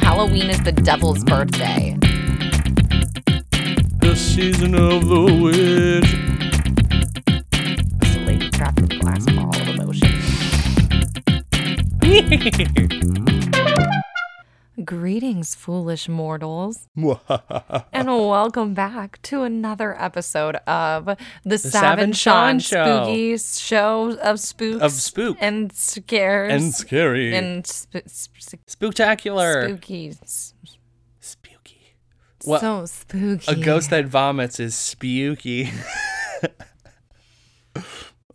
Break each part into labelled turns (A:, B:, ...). A: Halloween is the devil's birthday.
B: The season of the witch.
A: It's a lady trapped in a glass ball of emotion. Greetings, foolish mortals, and welcome back to another episode of the, Sav
B: Sav
A: and
B: and
A: Sean
B: Sean Show.
A: Spooky Show of Spooks
B: Of spook.
A: and Scares
B: And scary.
A: and sp- sp-
B: Spooktacular.
A: spooky. S-
B: Spooky. Well,
A: so spooky.
B: a ghost that vomits is spooky.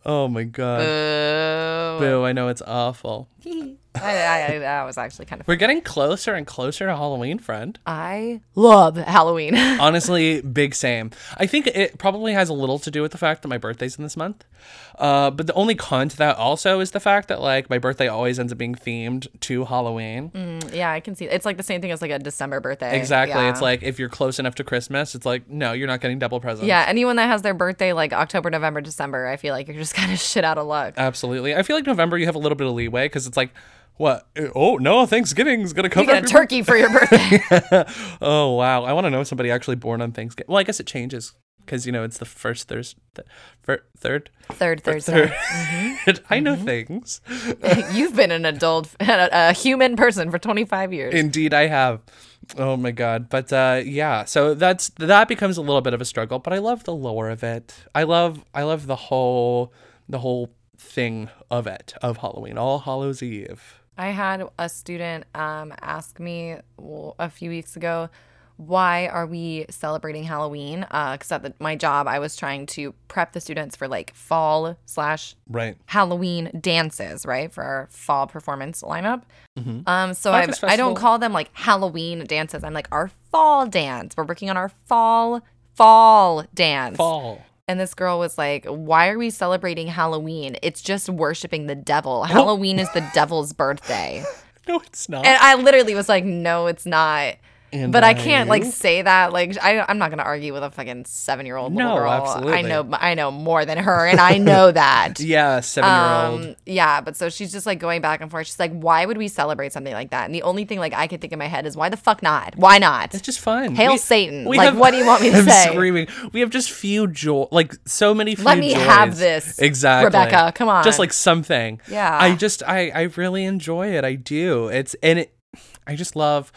B: oh my god.
A: Boo.
B: Boo, I know it's awful.
A: Oh, I, I, I, that was actually kind of.
B: We're getting closer and closer to Halloween, friend.
A: I love Halloween.
B: Honestly, big same. I think it probably has a little to do with the fact that my birthday's in this month. Uh, but the only con to that also is the fact that like my birthday always ends up being themed to Halloween.
A: yeah, I can see. It's like the same thing as like a December birthday.
B: Exactly.
A: Yeah.
B: It's like if you're close enough to Christmas, it's like no, you're not getting double presents.
A: yeah, anyone that has their birthday like October, November, December, I feel like you're just kind of shit out of luck.
B: Uh, Absolutely. I feel like November you have a little bit of leeway because it's like, what? Oh no, Thanksgiving's gonna
A: you
B: cover.
A: get a turkey for your birthday.
B: every- oh wow, I want to know somebody actually born on Thanksgiving. Well, I guess it changes because you know it's the first Thursday, fir- third,
A: Third Thursday.
B: third. I know things.
A: You've been an adult, a, a human person for 25 years.
B: Indeed, I have. Oh my god. But uh, yeah, so that's that becomes a little bit of a struggle. But I love the lore of it. I love I love the whole the whole thing of it of Halloween, All Hallows Eve.
A: I had a student um, ask me well, a few weeks ago, why are we celebrating Halloween? Because at the, my job, I was trying to prep the students for like fall slash
B: Right.
A: Halloween dances, right, for our fall performance lineup.
B: Mm-hmm.
A: Um, so I,
B: Breakfast
A: I don't
B: festival.
A: call them like Halloween dances. I'm like our fall dance. We're working on our fall fall dance.
B: Fall.
A: And this girl was like, "Why are we celebrating Halloween? It's just worshiping the devil. Halloween is the devil's birthday."
B: No, it's not.
A: And I literally was like, "No, it's not."
B: And
A: but I can't like
B: I-
A: say that. Like I, I'm not gonna argue with a fucking seven year old little
B: No,
A: girl. I
B: absolutely.
A: know I know more than her, and I know that.
B: Yeah, seven year old.
A: Um, yeah, but so she's just like going back and forth. She's like, why would we celebrate something like that? And the only thing like I could think in my head is why the fuck not? Why not?
B: It's just fun.
A: Hail Satan. Like, what do you want me to
B: I'm
A: say?
B: screaming. We have just few joy, like so many. Few
A: Let me have
B: joys.
A: this,
B: exactly,
A: Rebecca, come on.
B: Just like something.
A: Yeah.
B: I just, I, I really enjoy it. I do. It's and it, I just love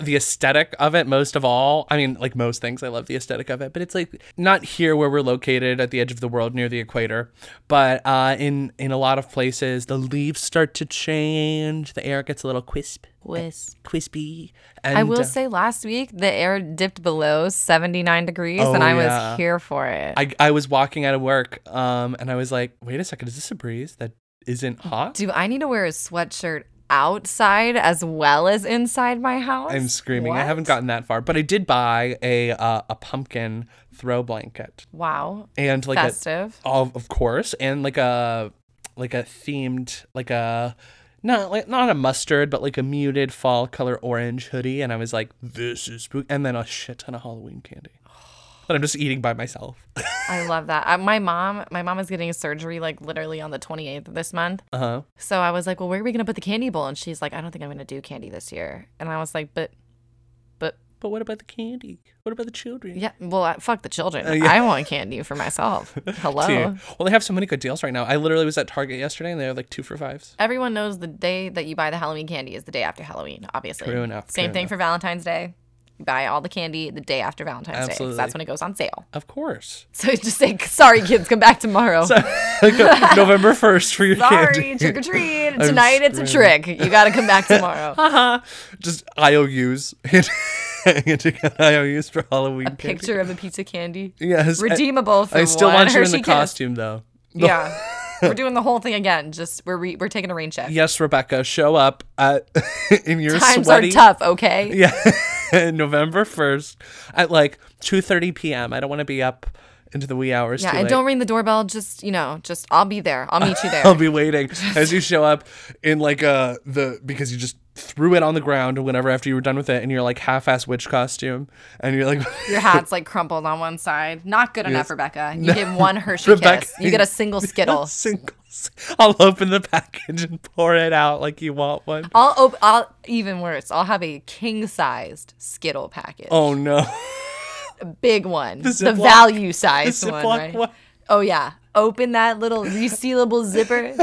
B: the aesthetic of it most of all. I mean, like most things, I love the aesthetic of it. But it's like not here where we're located at the edge of the world near the equator, but uh, in in a lot of places, the leaves start to change. The air gets a little crisp,
A: Wisp.
B: crispy. And,
A: I will
B: uh,
A: say last week the air dipped below 79 degrees
B: Oh,
A: and I was
B: yeah.
A: here for it.
B: I, I was walking out of work um, and I was like, wait a second, is this a breeze that isn't hot?
A: do I need to wear a sweatshirt outside as well as inside my house?
B: I'm screaming. I
A: What?
B: haven't gotten that far, but I did buy a uh, a pumpkin throw blanket
A: Wow.
B: and like
A: Festive.
B: a of, of course and like a like a themed like a not like not a mustard but like a muted fall color orange hoodie and I was like this is spook and then a shit ton of Halloween candy that I'm just eating by myself.
A: I love that. Uh, my mom, my mom is getting surgery like literally on the 28th of this month.
B: Uh huh.
A: So I was like, "Well, where are we gonna put the candy bowl?" And she's like, "I don't think I'm gonna do candy this year." And I was like, "But, but
B: But what about the candy? What about the children?
A: yeah, well, I- fuck the children.
B: Uh, yeah.
A: I want candy for myself. Hello."
B: too. Well, they have so many good deals right now. I literally was at Target yesterday and they were like two for fives.
A: Everyone knows the day that you buy the Halloween candy is the day after Halloween. Obviously,
B: True enough,
A: Same
B: true
A: thing
B: enough.
A: for Valentine's Day. You buy all the candy the day after Valentine's Day. 'cause That's
B: Absolutely.
A: when it goes on sale.
B: Of course.
A: So it's just like, "Sorry, kids, come back tomorrow."
B: November 1st for your
A: Sorry,
B: candy.
A: trick or treat. Tonight it's a
B: screaming.
A: trick. You gotta come back tomorrow.
B: Just IOUs. Handing out IOUs for Halloween candy.
A: Picture of a pizza candy.
B: Yes. I-
A: Redeemable for
B: I still
A: one
B: want you in
A: Hershey
B: the
A: kiss.
B: costume, though.
A: Yeah. we're doing the whole thing again. Just we're re- we're taking a rain check.
B: Yes, Rebecca, show up uh, in your
A: Times
B: sweaty
A: are tough. Okay.
B: Yeah, November first at like two thirty p.m. I don't want to be up into the wee hours.
A: Yeah,
B: too
A: and
B: late.
A: don't ring the doorbell. Just you know, just I'll be there. I'll meet you there.
B: I'll be waiting as you show up in like uh the because you just threw it on the ground or whatever after you were done with it and you're like half-ass witch costume and you're like
A: Your hat's like crumpled on one side. Not good enough, Rebecca. You get one Hershey
B: Rebecca-
A: kiss. You get a single Skittle.
B: singles. I'll open the package and pour it out like you want one.
A: I'll op- I'll even worse. I'll have a king sized Skittle package.
B: Oh no.
A: big one. The,
B: Ziploc-
A: value sized
B: the
A: one,
B: Ziploc
A: right?
B: one.
A: Oh yeah. Open that little resealable zipper.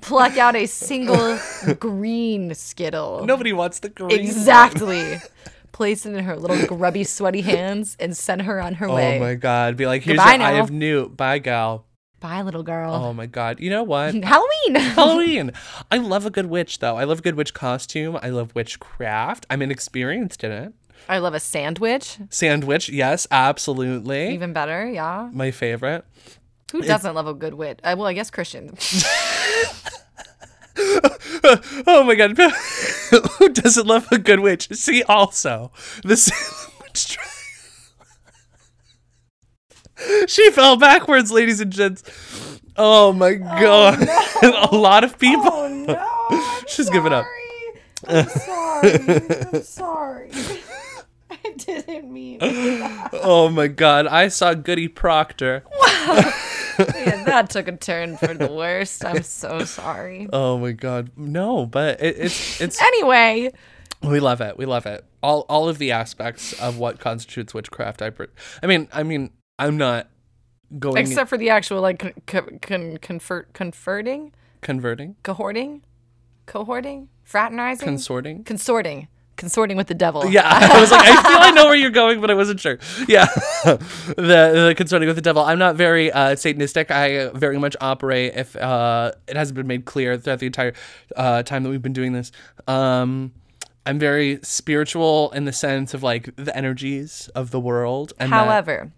A: pluck out a single green Skittle.
B: Nobody wants the green.
A: Exactly. Place it in her little grubby, sweaty hands and send her on her
B: Oh
A: way.
B: my god. Be like, here's
A: Goodbye
B: your eye
A: now.
B: of newt. Bye gal.
A: Bye, little girl.
B: Oh my god. You know what?
A: Halloween.
B: Halloween. I love a good witch though. I love a good witch costume. I love witchcraft. I'm inexperienced in it.
A: I love a sandwich.
B: Sandwich, yes, absolutely.
A: Even better, yeah.
B: My favorite.
A: Who doesn't love a good wit? Uh, well, I guess Christian.
B: Oh my god. Who doesn't love a good witch? See also the Salem witch trial. she fell backwards, ladies and gents. Oh my god. a lot of people. She's giving up.
C: didn't mean.
B: Oh my god. I saw Goody Proctor.
A: yeah, that took a turn for the worst. I'm so sorry.
B: Oh my god. No, but it, it's it's
A: Anyway,
B: We love it. We love it. All all of the aspects of what constitutes witchcraft. I, pre- I mean, I mean, I'm not going
A: except for the actual like con- con- con- convert converting,
B: converting,
A: cohorting, cohorting, fraternizing,
B: consorting.
A: consorting, consorting with the devil.
B: Yeah, I was like, I feel I know where you're going, but I wasn't sure. Yeah, the, the concerning with the devil. I'm not very uh, Satanistic. I uh, very much operate. If uh, it hasn't been made clear throughout the entire uh, time that we've been doing this, um, I'm very spiritual in the sense of like the energies of the world. And that-
A: However,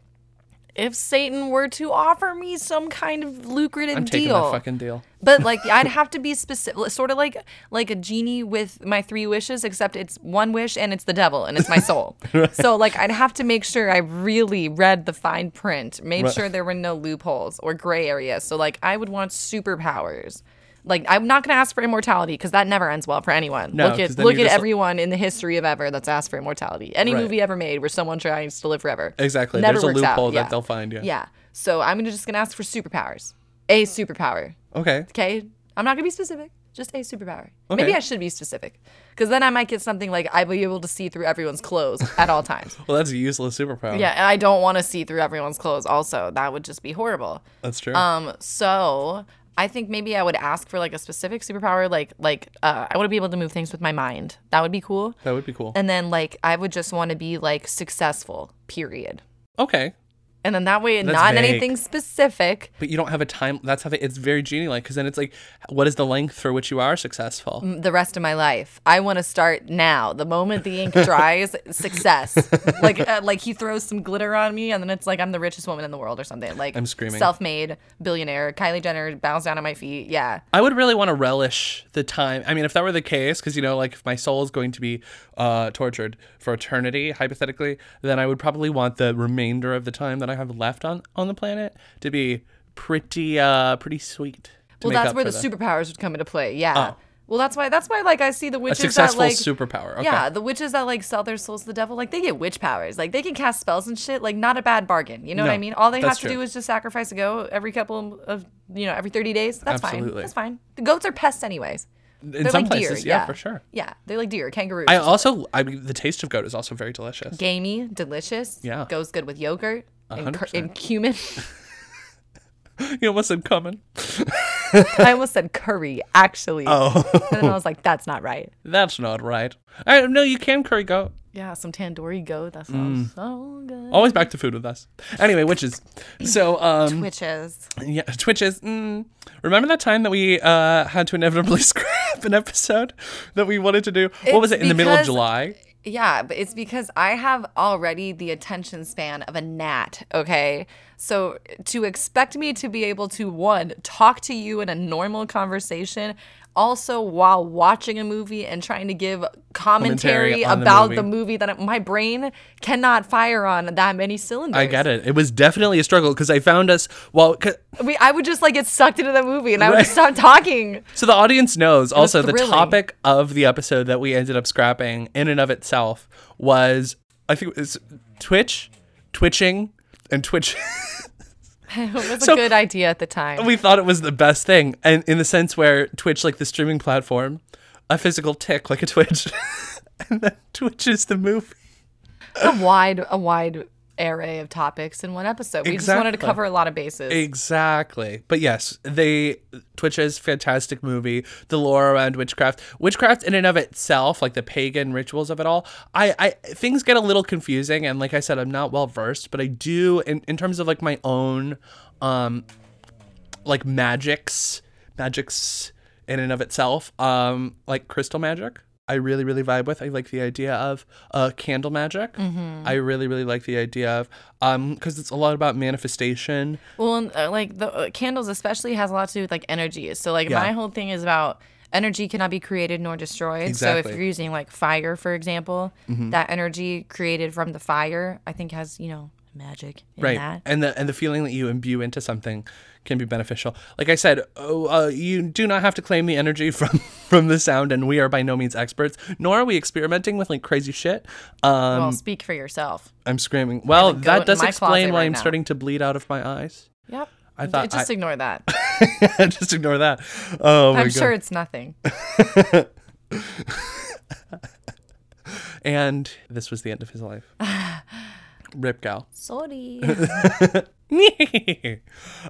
A: if Satan were to offer me some kind of lucrative
B: I'm taking
A: deal,
B: that fucking deal.
A: But like I'd have to be specific, sort of like like a genie with my three wishes, except it's one wish and it's the devil and it's my soul. So like I'd have to make sure I really read the fine print, made sure there were no loopholes or gray areas. So like I would want superpowers. Like I'm not gonna ask for immortality because that never ends well for anyone.
B: No,
A: look
B: 'cause
A: at
B: then
A: look
B: you're
A: at
B: just-
A: everyone in the history of ever that's asked for immortality. Any
B: Right.
A: movie ever made where someone tries to live forever.
B: Exactly.
A: Never
B: There's a
A: works out.
B: loophole that
A: Yeah.
B: they'll find, yeah.
A: Yeah. So I'm gonna- just gonna ask for superpowers. A superpower.
B: Okay.
A: Okay, I'm not gonna be specific. Just a superpower.
B: Okay.
A: Maybe I should be specific, because then I might get something like I'll be able to see through everyone's clothes at all times.
B: Well, that's a useless superpower.
A: yeah, and I don't want to see through everyone's clothes. Also, that would just be horrible.
B: that's true.
A: Um, so I think maybe I would ask for like a specific superpower, like like uh, I want to be able to move things with my mind. That would be cool.
B: that would be cool.
A: And then like I would just want to be like successful. Period.
B: okay,
A: And then that way,
B: That's
A: not
B: vague.
A: anything specific.
B: but you don't have a time. That's how they, it's very genie-like. Because then it's like, what is the length for which you are successful?
A: the rest of my life. I want to start now. The moment the ink dries, success. Like uh, like he throws some glitter on me, and then it's like I'm the richest woman in the world or something. Like
B: I'm screaming.
A: Self-made billionaire. Kylie Jenner bows down on my feet. Yeah.
B: I would really want to relish the time. I mean, if that were the case, because you know, like if my soul is going to be uh, tortured for eternity, hypothetically, then I would probably want the remainder of the time that I have left on on the planet to be pretty, uh, pretty sweet. to
A: Well,
B: make
A: that's
B: up
A: where
B: for
A: the superpowers would come into play. Yeah. Well, that's why. That's why. Like I see the
B: a
A: witches
B: successful
A: that like
B: superpower. Okay.
A: Yeah, the witches that like sell their souls to the devil, like they get witch powers. Like they can cast spells and shit. Like not a bad bargain. You know what
B: No,
A: I mean? All they
B: that's
A: have to
B: true.
A: do is just sacrifice a goat every couple of you know every thirty days. That's
B: Absolutely.
A: fine. That's fine. The goats are pests anyways.
B: in
A: They're
B: some
A: like
B: places,
A: deer. Yeah,
B: for sure.
A: Yeah, they're like deer, kangaroos.
B: I also, I mean, the taste of goat is also very delicious.
A: Gamey, delicious.
B: Yeah.
A: goes good with yogurt and, cur-
B: 100%.
A: and cumin.
B: You know what's in common?
A: I almost said curry actually,
B: Oh,
A: and then I was like, that's not right.
B: that's not right. I no, you can curry goat.
A: Yeah, some tandoori goat. That sounds
B: Mm.
A: so good.
B: Always back to food with us. Anyway, witches. So, um,
A: Witches.
B: yeah, twitches. Mm, remember that time that we uh had to inevitably scrap an episode that we wanted to do? What was
A: It's
B: it in the middle of
A: because-
B: July?
A: Yeah, but it's because I have already the attention span of a gnat, okay? So to expect me to be able to, one, talk to you in a normal conversation, also while watching a movie and trying to give commentary,
B: Commentary on the
A: about
B: movie.
A: the movie, that my brain cannot fire on that many cylinders.
B: I get it. It was definitely a struggle because I found us. Well, 'cause-
A: We, I would just like get sucked into the movie and I would just stop talking.
B: so the audience knows also the
A: thrilling.
B: topic of the episode that we ended up scrapping in and of itself was, I think it's Twitch, twitching, and Twitch.
A: It was
B: So-
A: a good idea at the time.
B: we thought it was the best thing, and in the sense where Twitch, like the streaming platform, a physical tick like a Twitch, and then Twitch is the movie.
A: a wide, a wide array of topics in one episode. We just wanted to
B: Exactly.
A: cover a lot of bases.
B: Exactly. But yes, they Twitch is fantastic movie. The lore around witchcraft, witchcraft in and of itself, like the pagan rituals of it all. I, I things get a little confusing, and like I said, I'm not well versed, but I do in, in terms of like my own, um, like magics, magics in and of itself, um, like crystal magic. I really, really vibe with. I like the idea of uh, candle magic. I really, really like the idea of um, because it's a lot about manifestation.
A: Well, and, uh, like the uh, candles especially has a lot to do with like energy. So like
B: Yeah.
A: my whole thing is about energy cannot be created nor destroyed. So
B: Exactly. Mm-hmm.
A: if you're using like fire, for example, that energy created from the fire, I think has you know magic in
B: right
A: that.
B: and the and the feeling that you imbue into something can be beneficial like i said oh, uh, you do not have to claim the energy from from the sound and we are by no means experts nor are we experimenting with like crazy shit um
A: well, speak for yourself.
B: i'm screaming well
A: go
B: that
A: in
B: does
A: my
B: explain
A: closet
B: why
A: right
B: i'm
A: now.
B: starting to bleed out of my eyes
A: Yep.
B: I thought
A: just ignore that.
B: just ignore that oh my
A: I'm
B: god
A: sure it's nothing.
B: and this was the end of his life rip gal
A: Sorry.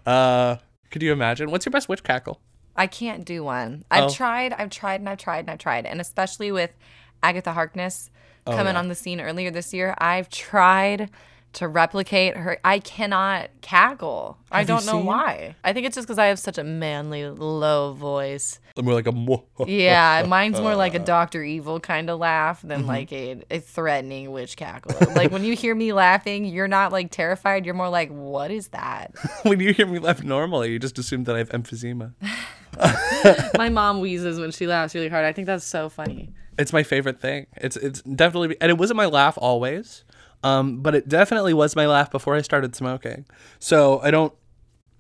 B: uh could you imagine what's your best witch cackle
A: I can't do one. I've
B: Oh.
A: tried, I've tried, and I've tried, and I've tried. And especially with Agatha Harkness
B: Oh,
A: coming on the scene earlier this year, I've tried to replicate her. I cannot cackle. I
B: Have you
A: don't know
B: seen?
A: why. I think it's just because I have such a manly, low voice.
B: i'm more like a mo-
A: Yeah, mine's more like a
B: Uh.
A: Dr. Evil kind of laugh than
B: Mm-hmm.
A: like a, a threatening witch cackle. like when you hear me laughing, you're not like terrified. You're more like, what is that?
B: when you hear me laugh normally, you just assume that I have emphysema.
A: My mom wheezes when she laughs really hard. I think that's so funny.
B: It's my favorite thing. It's it's definitely and it wasn't my laugh always, um, but it definitely was my laugh before I started smoking. So I don't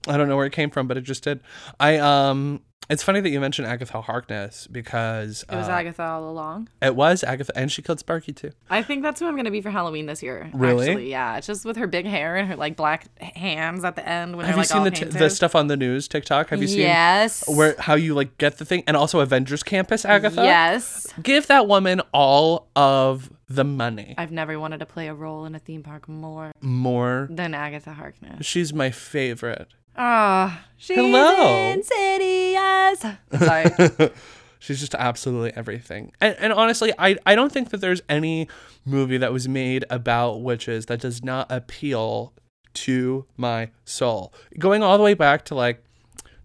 B: I don't know where it came from, but it just did. I um. It's funny that you mentioned Agatha Harkness because
A: It was
B: uh,
A: Agatha all along.
B: it was Agatha, and she killed Sparky too.
A: I think that's who I'm gonna be for Halloween this year.
B: Really?
A: Actually, yeah. It's just with her big hair and her like black hands at the end when
B: Have
A: they're
B: you
A: like all
B: seen the, t-
A: painted.
B: the stuff on the news TikTok? Have you seen
A: yes.
B: where how you like get the thing, and also Avengers Campus Agatha?
A: Yes.
B: Give that woman all of the money.
A: I've never wanted to play a role in a theme park more
B: More
A: than Agatha Harkness.
B: She's my favorite.
A: Ah, she's
B: Hello.
A: insidious. Sorry.
B: She's just absolutely everything. And, and honestly, I, I don't think that there's any movie that was made about witches that does not appeal to my soul. Going all the way back to like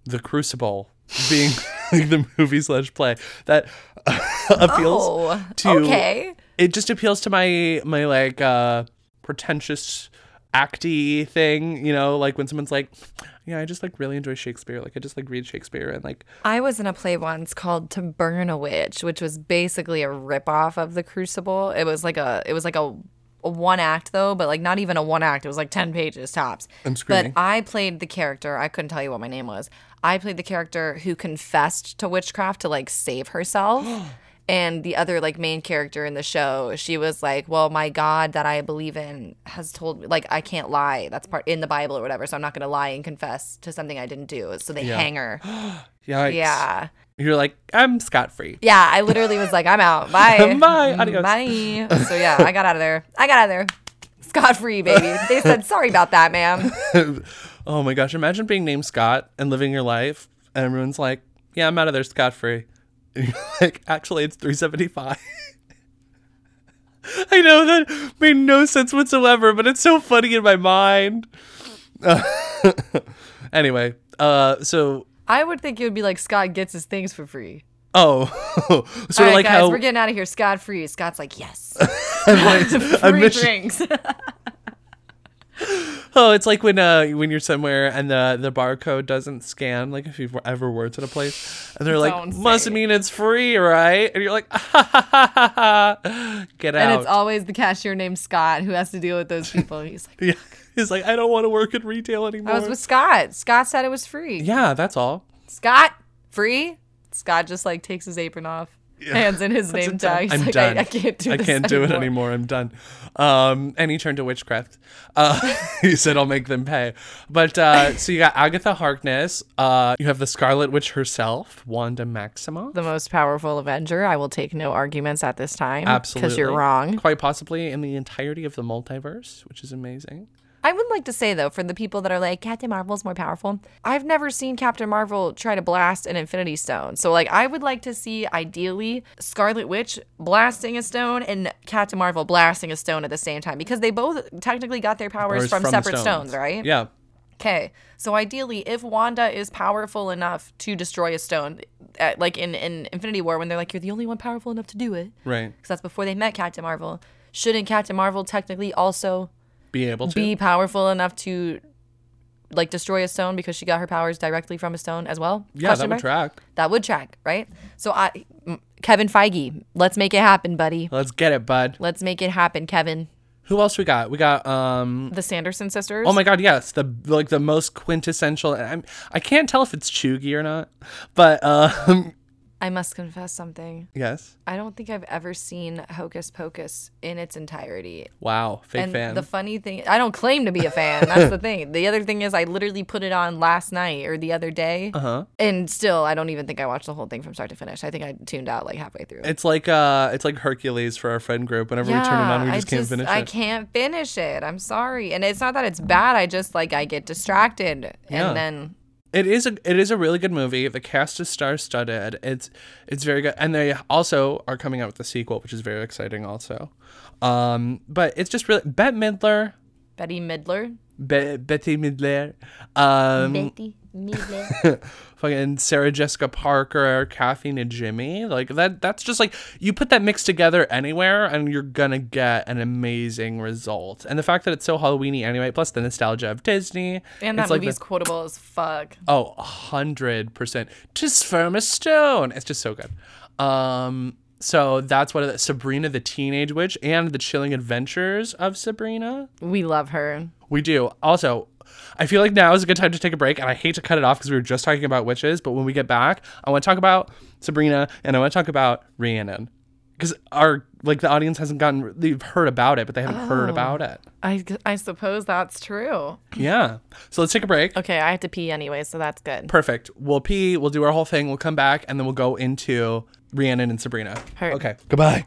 B: The Crucible being the movie slash play that appeals
A: oh,
B: to
A: okay.
B: it just appeals to my my like uh pretentious acty thing you know like when someone's like yeah i just like really enjoy shakespeare like i just like read shakespeare and like
A: I was in a play once called To Burn a Witch, which was basically a ripoff of The Crucible. It was like a it was like a, a one act though, but like not even a one act. It was like ten pages tops.
B: I'm screaming.
A: But I played the character. I couldn't tell you what my name was. I played the character who confessed to witchcraft to like save herself. And the other like main character in the show, she was like, "Well, my God that I believe in has told me like I can't lie. That's part in the Bible or whatever. So I'm not going to lie and confess to something I didn't do." So they hang her.
B: yikes.
A: Yeah.
B: you're like i'm scot-free
A: Yeah, I literally was like, I'm out. Bye. Mm,
B: Bye. Adios.
A: Bye. So yeah, I got out of there. I got out of there. Scot free, baby. They said, sorry about that, ma'am.
B: oh my gosh imagine being named scott and living your life and everyone's like yeah i'm out of there scot-free and you're like actually it's 375 i know that made no sense whatsoever but it's so funny in my mind anyway uh so uh,
A: I would think it would be like Scott gets his things for free.
B: Oh,
A: All
B: sort
A: right,
B: of like
A: guys,
B: how
A: we're getting out of here scot free. Scott's like, yes,
B: I'm like, a
A: free
B: mission-
A: drinks.
B: Oh, it's like when uh when you're somewhere and the the barcode doesn't scan. Like if you've ever worked at a place, and they're
A: Don't
B: like,
A: say
B: "Must
A: it."
B: mean it's free, right?" And you're like, "Get out!"
A: and it's always the cashier named Scott who has to deal with those people. He's like,
B: yeah, he's like, "I don't want to work in retail anymore."
A: I was with Scott. Scott said it was free.
B: yeah, that's all.
A: Scott, free. Scott just like takes his apron off, hands in his name tag. He's
B: I'm
A: like,
B: done.
A: I, I can't do
B: I
A: this
B: can't do it anymore. I'm done. Um, and he turned to witchcraft. Uh, he said, "I'll make them pay." But uh, so you got Agatha Harkness. Uh, you have the Scarlet Witch herself, Wanda Maximoff.
A: The most powerful Avenger. I will take no arguments at this time.
B: Absolutely.
A: Because you're wrong.
B: Quite possibly in the entirety of the multiverse, which is amazing.
A: I would like to say, though, for the people that are like, Captain Marvel's more powerful, I've never seen Captain Marvel try to blast an Infinity Stone. So, like, I would like to see, ideally, Scarlet Witch blasting a stone and Captain Marvel blasting a stone at the same time because they both technically got their powers
B: Powers
A: from,
B: the
A: separate stones. right?
B: Yeah.
A: Okay, so ideally, if Wanda is powerful enough to destroy a stone, at, like in, in Infinity War, when they're like, you're the only one powerful enough to do it,
B: Right.
A: because that's before they met Captain Marvel, shouldn't Captain Marvel technically also
B: Be able to.
A: be powerful enough to like destroy a stone because she got her powers directly from a stone as well?
B: yeah,
A: Question
B: that would
A: mark?
B: track.
A: That would track, right? So I, m- Kevin Feige, let's make it happen, buddy.
B: Let's get it, bud.
A: Let's make it happen, Kevin.
B: Who else we got? We got um
A: The Sanderson sisters.
B: Oh my god, yes. The like the most quintessential I'm I can't tell if it's Chugi or not. But um
A: I must confess something.
B: yes.
A: I don't think I've ever seen Hocus Pocus in its entirety.
B: Wow, fake
A: and
B: fan.
A: the funny thing, I don't claim to be a fan. That's the thing. The other thing is, I literally put it on last night or the other day, uh-huh. and still, I don't even think I watched the whole thing from start to finish. I think I tuned out like halfway through.
B: it's like uh it's like Hercules for our friend group. Whenever we turn it on, we
A: I
B: just can't finish
A: I
B: it.
A: can't finish it. I'm sorry, and it's not that it's bad. I just like I get distracted,
B: Yeah.
A: and then
B: It is a it is a really good movie. The cast is star studded. It's it's very good, and they also are coming out with a sequel, which is very exciting. Also, um, but it's just really Bette Midler,
A: Betty Midler,
B: Be- Betty Midler, um,
A: Betty Midler.
B: fucking Sarah Jessica Parker, Kathy and Jimmy. Like that that's just like you put that mix together anywhere and you're gonna get an amazing result. And the fact that it's so Halloweeny anyway, plus the nostalgia of Disney.
A: and that
B: it's like
A: movie's quotable as fuck.
B: Oh, a hundred percent. Just firm as stone. It's just so good. Um, so that's what it is. Sabrina the Teenage Witch and the Chilling Adventures of Sabrina.
A: We love her.
B: We do. Also, I feel like now is a good time to take a break, and I hate to cut it off because we were just talking about witches. But when we get back, I want to talk about Sabrina and I want to talk about Rhiannon because our like the audience hasn't gotten they've heard about it, but they haven't heard about it.
A: I, I suppose that's true.
B: Yeah. So let's take a break.
A: Okay, I have to pee anyway, so that's good.
B: Perfect. We'll pee, we'll do our whole thing, we'll come back, and then we'll go into Rhiannon and Sabrina.
A: Heard.
B: Okay. Goodbye.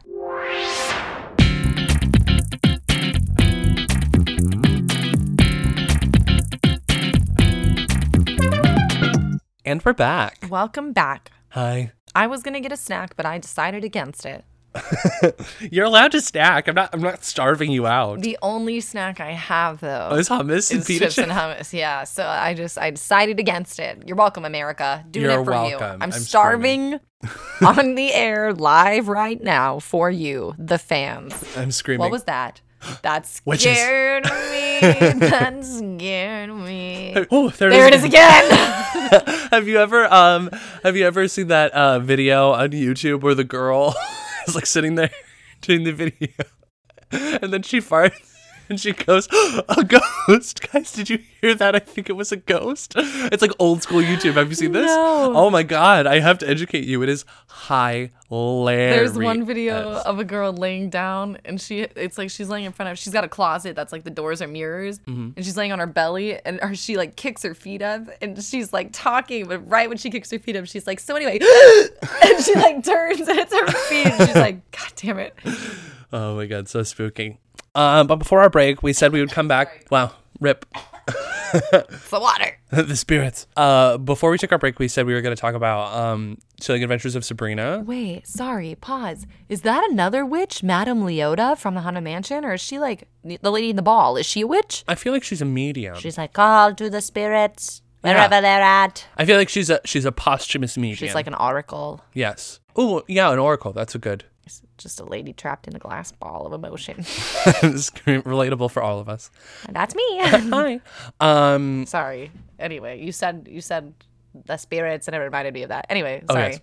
B: And we're back.
A: Welcome back.
B: Hi.
A: I was gonna get a snack, but I decided against it.
B: You're allowed to snack. I'm not I'm not starving you out.
A: The only snack I have though
B: Oh, it's hummus and
A: is
B: pita
A: chips and hummus. Yeah, so I just I decided against it. You're welcome, America. Doing
B: You're
A: it for you.
B: welcome.
A: I'm,
B: I'm
A: starving
B: screaming.
A: on the air live right now for you, the fans.
B: I'm screaming.
A: What was that? That
B: Witches.
A: scared me. That scared me.
B: Oh, there,
A: There it
B: it
A: is
B: again.
A: again.
B: have you ever um have you ever seen that uh video on YouTube where the girl is like sitting there doing the video and then she farts and she goes a ghost guys did you hear that I think it was a ghost it's like old school YouTube have you seen this
A: No.
B: oh my god I have to educate you it is hilarious
A: There's one video of a girl laying down, and she it's like she's laying in front of she's got a closet that's like the doors are mirrors, and she's laying on her belly, and or she like kicks her feet up, and she's like talking, but right when she kicks her feet up, she's like, so anyway, and she like turns and it's her feet, and she's like, god damn it,
B: oh my god so spooky um but before our break we said we would come back wow rip
A: it's the water.
B: the spirits. Uh, before we took our break, we said we were going to talk about um, Chilling Adventures of Sabrina.
A: Wait, sorry, pause. Is that another witch, Madame Leota from the Haunted Mansion, or is she like the lady in the ball? Is she a witch?
B: I feel like she's a medium.
A: She's like, call to the spirits.
B: Yeah.
A: wherever they're at.
B: I feel like she's a she's a posthumous medium.
A: She's like an oracle,
B: yes. Oh yeah, an oracle. That's a good.
A: It's just a lady trapped in a glass ball of emotion.
B: it's relatable for all of us.
A: And that's me. Mm.
B: Hi. Um.
A: sorry. Anyway, you said you said the spirits, and it reminded me of that. Anyway,
B: Oh,
A: sorry.
B: yes.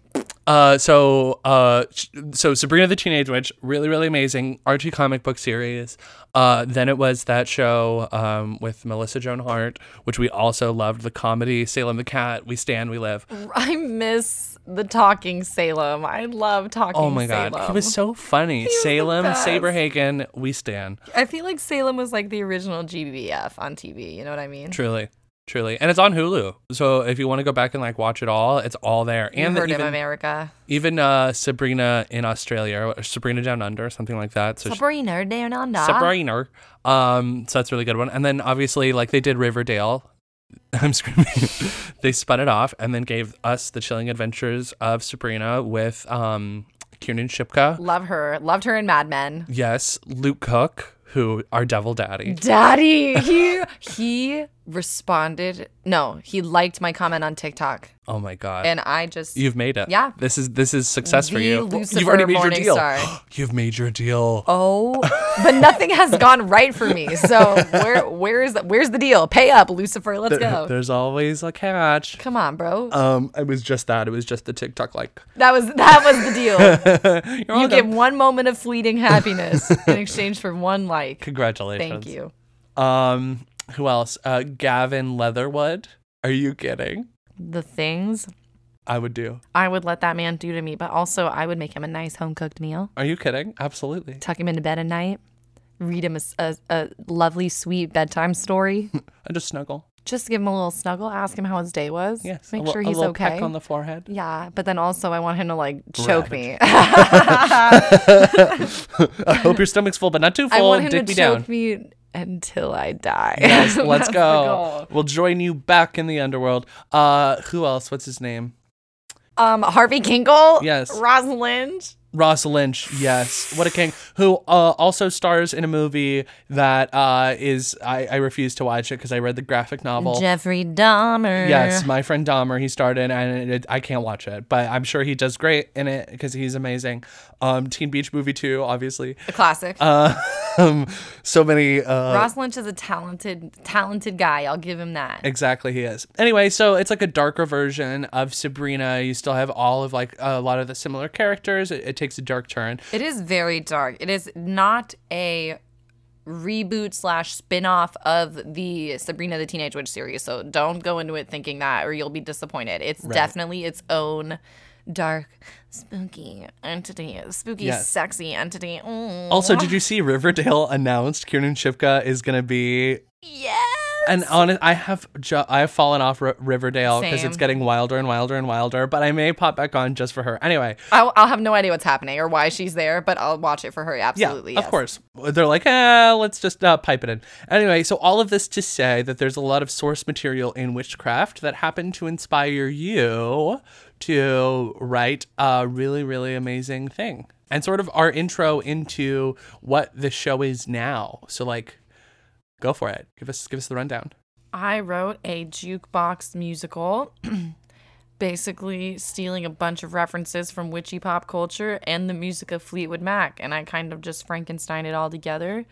B: Uh, so, uh, sh- so Sabrina the Teenage Witch, really, really amazing Archie comic book series. Uh, then it was that show um, with Melissa Joan Hart, which we also loved. The comedy Salem the Cat, We Stand, We Live.
A: I miss the talking Salem. I love talking.
B: Oh my God,
A: Salem.
B: he was so funny. Salem,
A: best.
B: Saberhagen, We Stand.
A: I feel like Salem was like the original GBF on TV. You know what I mean?
B: Truly, truly, and it's on Hulu. So if you want to go back and like watch it all, it's all there.
A: You
B: And the-
A: heard him,
B: even
A: America.
B: even uh, Sabrina in Australia, or Sabrina Down Under, something like that. So she-
A: Sabrina Dananda.
B: Sabrina. Um, so that's a really good one. And then obviously, like they did Riverdale. I'm screaming. they spun it off and then gave us the chilling adventures of Sabrina with um, Kiernan Shipka.
A: Love her. Loved her in Mad Men.
B: Yes, Luke Cook, who our devil daddy.
A: Mm. Daddy, he he responded. No, he liked my comment on TikTok,
B: Oh my god.
A: and I just
B: You've made it.
A: Yeah.
B: This is this is success for
A: The
B: you.
A: Lucifer
B: You've already made your deal.
A: Morningstar.
B: You've made your deal.
A: oh, but nothing has gone right for me. So where where is where's the deal? Pay up, Lucifer. Let's go.
B: There's always a catch.
A: Come on, bro.
B: Um, it was just that. It was just the TikTok like
A: That was that was the deal.
B: You're
A: You
B: welcome.
A: get one moment of fleeting happiness in exchange for one like.
B: Congratulations.
A: Thank you.
B: Um, who else? Uh, Gavin Leatherwood. Are you kidding?
A: The things
B: I would do.
A: I would let that man do to me, but also I would make him a nice home cooked meal,
B: Are you kidding? Absolutely.
A: tuck him into bed at night, read him a, s- a- a lovely, sweet bedtime story,
B: I just snuggle.
A: just give him a little snuggle, ask him how his day was,
B: Yes.
A: make
B: a li-
A: sure
B: a
A: he's
B: little
A: okay.
B: Peck on the forehead.
A: yeah, but then also I want him to like choke me.
B: I hope your stomach's full, but not too
A: I
B: full.
A: want him
B: Dick
A: to
B: me
A: choke
B: down.
A: me until I die.
B: Yes,
A: That's
B: let's
A: the
B: go.
A: goal.
B: We'll join you back in the underworld. Uh, who else? What's his name?
A: Um, Harvey Kinkle.
B: Yes.
A: Rosalind.
B: Ross Lynch, yes, what a king! Who uh, also stars in a movie that uh, is I, I refuse to watch it because I read the graphic novel.
A: Jeffrey Dahmer.
B: Yes, my friend Dahmer, he starred in, and it, I can't watch it, but I'm sure he does great in it because he's amazing. Um, Teen Beach Movie 2, obviously.
A: A classic.
B: Um, so many. Uh,
A: Ross Lynch is a talented, talented guy. I'll give him that.
B: Exactly, he is. Anyway, so it's like a darker version of Sabrina. You still have all of like a lot of the similar characters. It, it takes a dark turn.
A: It is very dark. It is not a reboot slash spin-off of the Sabrina the Teenage Witch series. So don't go into it thinking that or you'll be disappointed. It's definitely its own dark, spooky entity. Spooky,
B: Yes.
A: sexy entity. Mm.
B: Also, did you see Riverdale announced Kiernan Shipka is going to be
A: yes.
B: And honest, I have ju- I have fallen off R- Riverdale because
A: Same.
B: it's getting wilder and wilder and wilder. But I may pop back on just for her. Anyway,
A: I'll, I'll have no idea what's happening or why she's there, but I'll watch it for her.
B: yeah,
A: Absolutely.
B: of
A: yes.
B: course they're like, eh, let's just uh, pipe it in. Anyway, so all of this to say that there's a lot of source material in witchcraft that happened to inspire you to write a really really amazing thing and sort of our intro into what the show is now. So like, go for it. Give us give us the rundown.
A: I wrote a jukebox musical, basically stealing a bunch of references from witchy pop culture and the music of Fleetwood Mac. And I kind of just Frankenstein it all together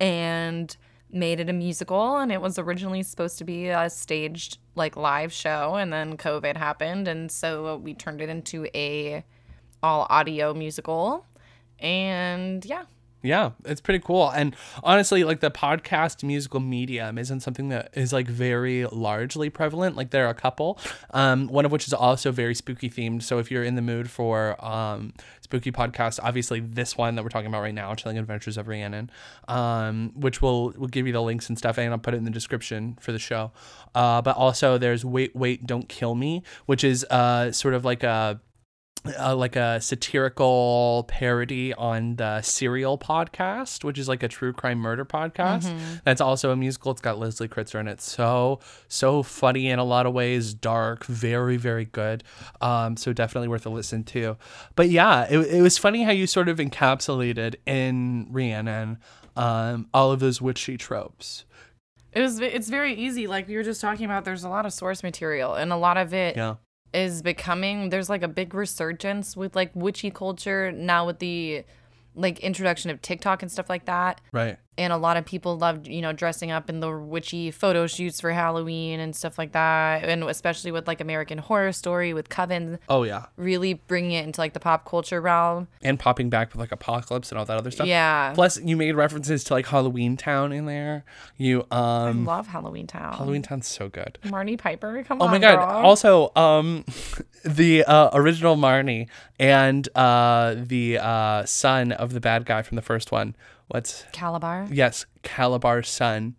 A: and made it a musical. And it was originally supposed to be a staged, like, live show. And then COVID happened. And so we turned it into a all audio musical. And yeah.
B: Yeah, it's pretty cool. And honestly, like the podcast musical medium isn't something that is like very largely prevalent. Like there are a couple, um, one of which is also very spooky themed. So if you're in the mood for um, spooky podcasts, obviously this one that we're talking about right now, Chilling Adventures of Rhiannon, um, which will will give you the links and stuff, and I'll put it in the description for the show. Uh, but also there's Wait, Wait, Don't Kill Me, which is uh, sort of like a uh, like a satirical parody on the Serial podcast, which is like a true crime murder podcast. That's also a musical. It's got Leslie Kritzer in it. So so funny in a lot of ways, dark, very very good. Um, so definitely worth a listen to. But yeah, it, it was funny how you sort of encapsulated in Rhiannon um, all of those witchy tropes.
A: It was it's very easy like we were just talking about there's a lot of source material and a lot of it is
B: Yeah.
A: becoming there's like a big resurgence with like witchy culture now with the like introduction of TikTok and stuff like that
B: Right.
A: and a lot of people loved you know dressing up in the witchy photo shoots for Halloween and stuff like that and especially with like American horror story with coven
B: Oh yeah.
A: really bringing it into like the pop culture realm.
B: And popping back with like apocalypse and all that other stuff.
A: Yeah.
B: Plus, you made references to like Halloween Town in there. You um,
A: Love Halloween Town.
B: Halloween Town's so good.
A: Marnie Piper, come
B: Oh
A: on.
B: my god!
A: girl.
B: Also, um, the uh, original Marnie and uh, the uh, son of the bad guy from the first one. What's
A: Calabar.
B: yes, Calabar's son,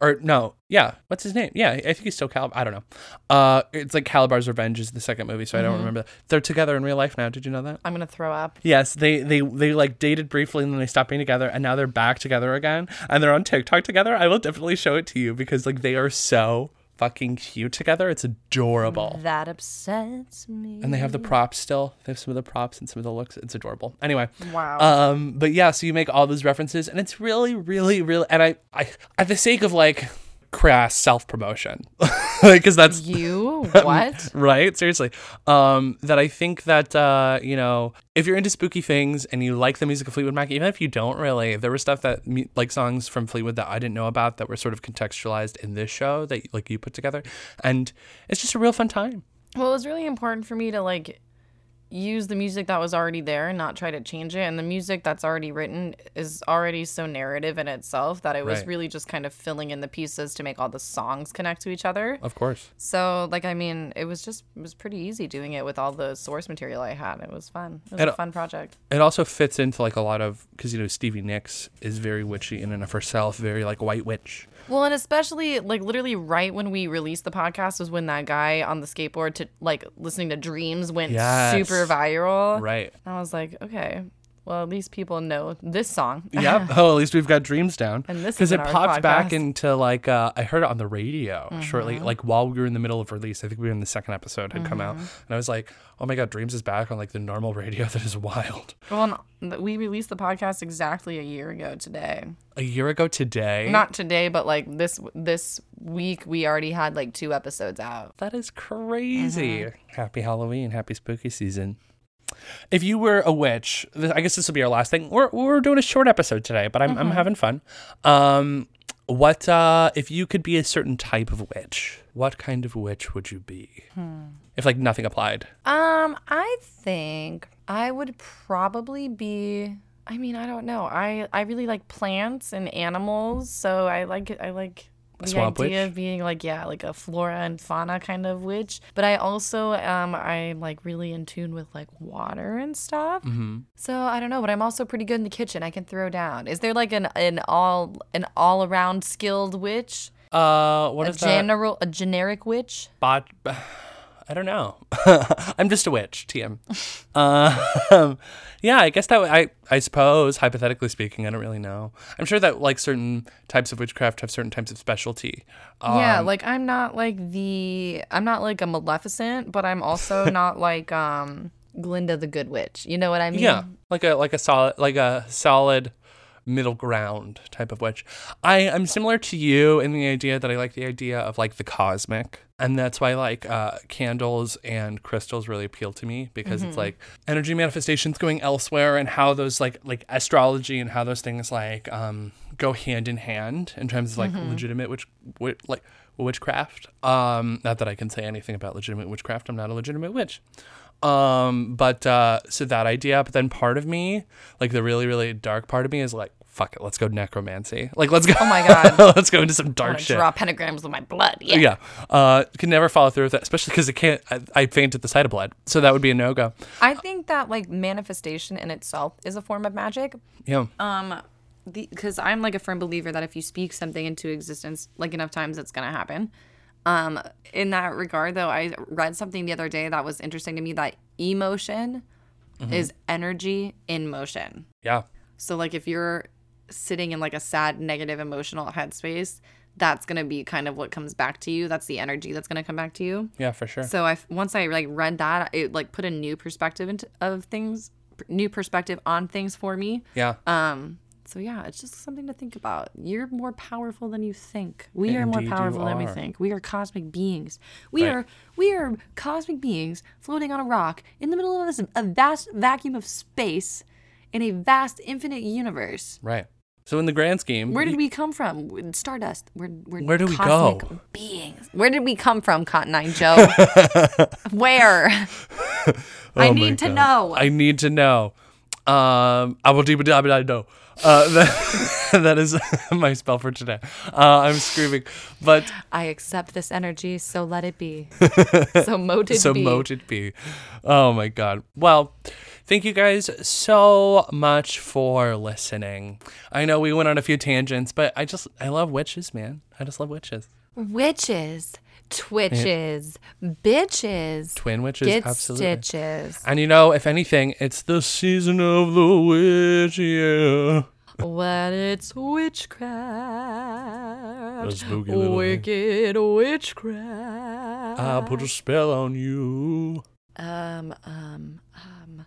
B: or no, yeah, what's his name? Yeah, I think he's still Calabar. I don't know. Uh, it's like Calabar's Revenge is the second movie, so I don't remember. That. They're together in real life now. Did you know that?
A: I'm gonna throw up.
B: Yes, they they they like dated briefly and then they stopped being together and now they're back together again and they're on TikTok together. I will definitely show it to you because like they are so fucking cute together. It's adorable.
A: That upsets me.
B: And they have the props still. They have some of the props and some of the looks. It's adorable. Anyway.
A: Wow.
B: Um but yeah, so you make all those references and it's really really really and I I at the sake of like crass self-promotion. like cuz that's
A: you what?
B: right seriously um that i think that uh you know if you're into spooky things and you like the music of fleetwood mac even if you don't really there was stuff that mu- like songs from fleetwood that i didn't know about that were sort of contextualized in this show that like you put together and it's just a real fun time
A: Well, it was really important for me to like use the music that was already there and not try to change it. And the music that's already written is already so narrative in itself that it was
B: Right.
A: really just kind of filling in the pieces to make all the songs connect to each other.
B: of course
A: So, like, I mean, it was just it was pretty easy doing it with all the source material I had. It was fun. It was
B: And- uh,
A: a fun project.
B: it also fits into like a lot of because you know stevie nicks is very witchy in and of herself very like white witch
A: Well, and especially like literally right when we released the podcast was when that guy on the skateboard to like listening to Dreams went
B: Yes.
A: super viral.
B: right
A: And I was like, okay, well, at least people know this song.
B: Yep. Oh, at least we've got dreams down.
A: And this
B: because
A: is
B: it
A: in our
B: popped back
A: podcast. Mm-hmm.
B: into like uh, I heard it on the radio shortly, like while we were in the middle of release. I think we were in the second episode had come out, and I was like, "Oh my god, Dreams is back on like the normal radio. That is wild."
A: well, and th- we released the podcast exactly a year ago today.
B: A year ago today,
A: Not today, but like this this week we already had like two episodes out.
B: that is crazy. Uh-huh. Happy Halloween, happy spooky season. If you were a witch, th- I guess this will be our last thing. We're we're doing a short episode today, but I'm I'm having fun. Um, what uh, if you could be a certain type of witch? What kind of witch would you be? If like nothing applied,
A: Um, I think I would probably be. I mean, I don't know. I I really like plants and animals, so I like it. I like the
B: swamp
A: idea
B: witch?
A: of being like yeah, like a flora and fauna kind of witch. But I also um I'm like really in tune with like water and stuff.
B: Mm-hmm.
A: So I don't know, but I'm also pretty good in the kitchen. I can throw down. Is there like an an all an all around skilled witch?
B: uh, what
A: A
B: is that?
A: general a generic witch?
B: Bot. I don't know. I'm just a witch, TM. um, yeah, I guess that w- I I suppose hypothetically speaking, I don't really know. I'm sure that like certain types of witchcraft have certain types of specialty. Uh,
A: yeah, like I'm not like the I'm not like a Maleficent, but I'm also not like um Glinda the Good Witch. You know what I mean?
B: yeah, like a like a solid like a solid middle ground type of witch. I I'm similar to you in the idea that I like the idea of like the cosmic. And that's why like uh, candles and crystals really appeal to me because it's like energy manifestations going elsewhere and how those like like astrology and how those things like um, go hand in hand in terms of like legitimate witch, witch like witchcraft. Um, not that I can say anything about legitimate witchcraft. I'm not a legitimate witch. Um, but uh, so that idea, but then part of me, like the really really dark part of me, is like, fuck it, let's go necromancy. Like let's go. Oh
A: my God.
B: let's go into some
A: I
B: dark
A: wanna
B: shit.
A: draw pentagrams with my blood. Yeah.
B: Yeah, uh, can never follow through with that, especially because it can't. I, I faint at the sight of blood, so that would be a no go.
A: I think that like manifestation in itself is a form of magic.
B: Yeah,
A: Um because I'm like a firm believer that if you speak something into existence like enough times it's going to happen. Um in that regard though, I read something the other day that was interesting to me that emotion
B: Mm-hmm.
A: is energy in motion.
B: yeah,
A: So like if you're sitting in like a sad, negative, emotional headspace, that's gonna be kind of what comes back to you. That's the energy that's gonna come back to you.
B: yeah, for sure.
A: So I once I like read that, it like put a new perspective into, of things, new perspective on things for me.
B: yeah,
A: Um, So yeah, it's just something to think about. You're more powerful than you think. We are more
B: Indeed you
A: powerful than we
B: are.
A: think. We are cosmic beings. We
B: Right.
A: are we are cosmic beings floating on a rock in the middle of this, a vast vacuum of space in a vast infinite universe.
B: Right. So in the grand scheme,
A: Where did we come from? Stardust. We're, we're
B: Where do we
A: cosmic
B: go?
A: Beings. Where did we come from, Cotton Eye Joe? Where? I
B: Oh my
A: need to
B: God.
A: know.
B: I need to know. Um, I will deep dive I know. Uh, that, that is my spell for today. Uh, I'm screaming, but
A: I accept this energy, so let it be. so mote it
B: so
A: be.
B: mote it be. Oh my god. Well, thank you guys so much for listening. I know we went on a few tangents, but I just I love witches, man. I just love witches.
A: Witches, twitches, bitches,
B: Twin witches,
A: get
B: absolutely.
A: stitches.
B: And you know, if anything, it's the season of the witch. Yeah.
A: when it's witchcraft,
B: spooky little Ah. thing.
A: wicked witchcraft.
B: I put a spell on you.
A: um, um, um,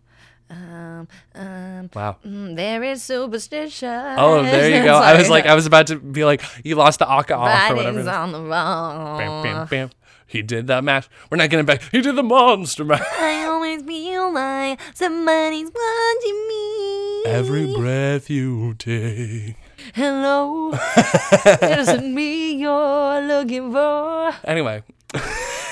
A: um, um.
B: Wow.
A: Mm, there is superstition.
B: Oh, there you go. I was
A: Sorry.
B: like, I was about to be like, you lost the aka off or whatever.
A: writings on the wall.
B: Bam, bam, bam. He did that match. We're not getting back. He did the monster match.
A: I always feel like somebody's watching me.
B: Every breath you take.
A: Hello, is it me you're looking for?
B: Anyway,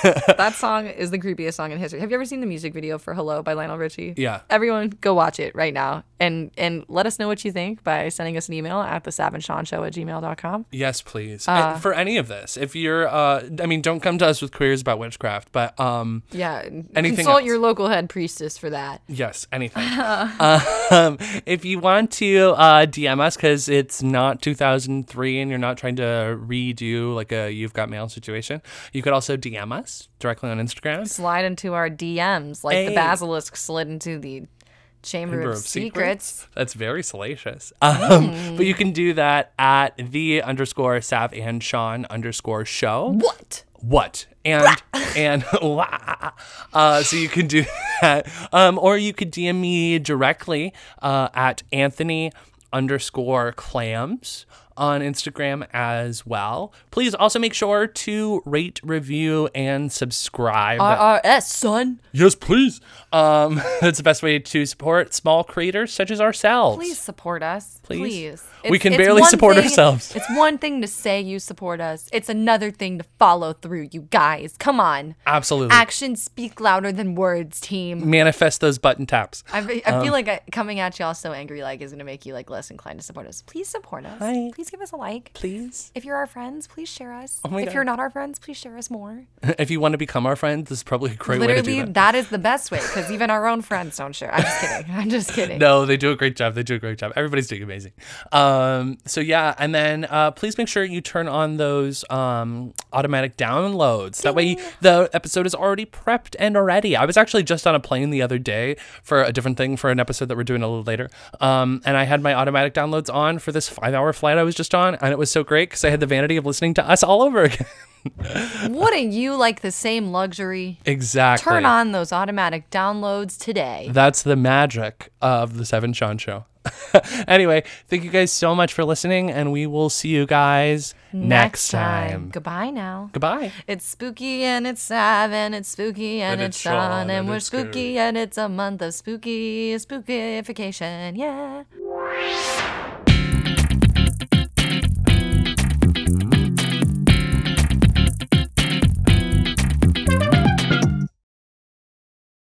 A: That song is the creepiest song in history. Have you ever seen the music video for "Hello" by Lionel Richie?
B: Yeah.
A: Everyone, go watch it right now, and and let us know what you think by sending us an email at the Sab and Sean Show at gmail.com.
B: yes, please. And for any of this, if you're, uh, I mean, don't come to us with queries about witchcraft, but um,
A: Yeah,
B: Anything
A: consult
B: else?
A: your local head priestess for that.
B: Yes, anything. um, if you want to uh, DM us because it's not 2003 and you're not trying to redo like a you've got mail situation, you could also DM us directly on Instagram.
A: slide into our DMs like
B: Hey.
A: the basilisk slid into the Chamber,
B: Number
A: of, Secrets.
B: That's very salacious. Um, But you can do that at the underscore Sav and Sean underscore show.
A: What?
B: what and and uh, so you can do that um, or you could dm me directly uh, at anthony underscore clams on instagram as well please also make sure to rate review and subscribe
A: Uh, RRS, son.
B: yes please um, that's the best way to support small creators such as ourselves
A: Please support us. Please.
B: We can barely
A: one
B: support
A: thing-
B: ourselves.
A: It's one thing to say you support us, it's another thing to follow through, you guys. Come on.
B: absolutely
A: Actions speak louder than words, team.
B: manifest those button taps
A: I, fe- I
B: Um,
A: feel like I, coming at y'all so angry like is gonna make you like less inclined to support us. Please support us.
B: Hi.
A: Please give us a like.
B: please
A: If you're our friends, please share us.
B: my
A: if
B: God.
A: you're not our friends, please share us more.
B: if you want to become our friends this is probably a great way to do
A: Literally,
B: that
A: that is the best way because even our own friends don't share. I'm just kidding. I'm just kidding.
B: No, they do a great job. They do a great job. Everybody's doing amazing. Um, so yeah, and then uh, please make sure you turn on those um, automatic downloads. That way, the episode is already prepped and ready. I was actually just on a plane the other day for a different thing for an episode that we're doing a little later, um, and I had my automatic downloads on for this five-hour flight I was just on, and it was so great because I had the vanity of listening to us all over again.
A: Wouldn't you like the same luxury?
B: exactly.
A: Turn on those automatic downloads today.
B: That's the magic of the Seven Sean Show. anyway, thank you guys so much for listening, and we will see you guys next, time.
A: Goodbye now.
B: Goodbye.
A: It's spooky and it's Sav and it's spooky and, it's Sean and we're spooky and it's a month of spooky spookification. Yeah.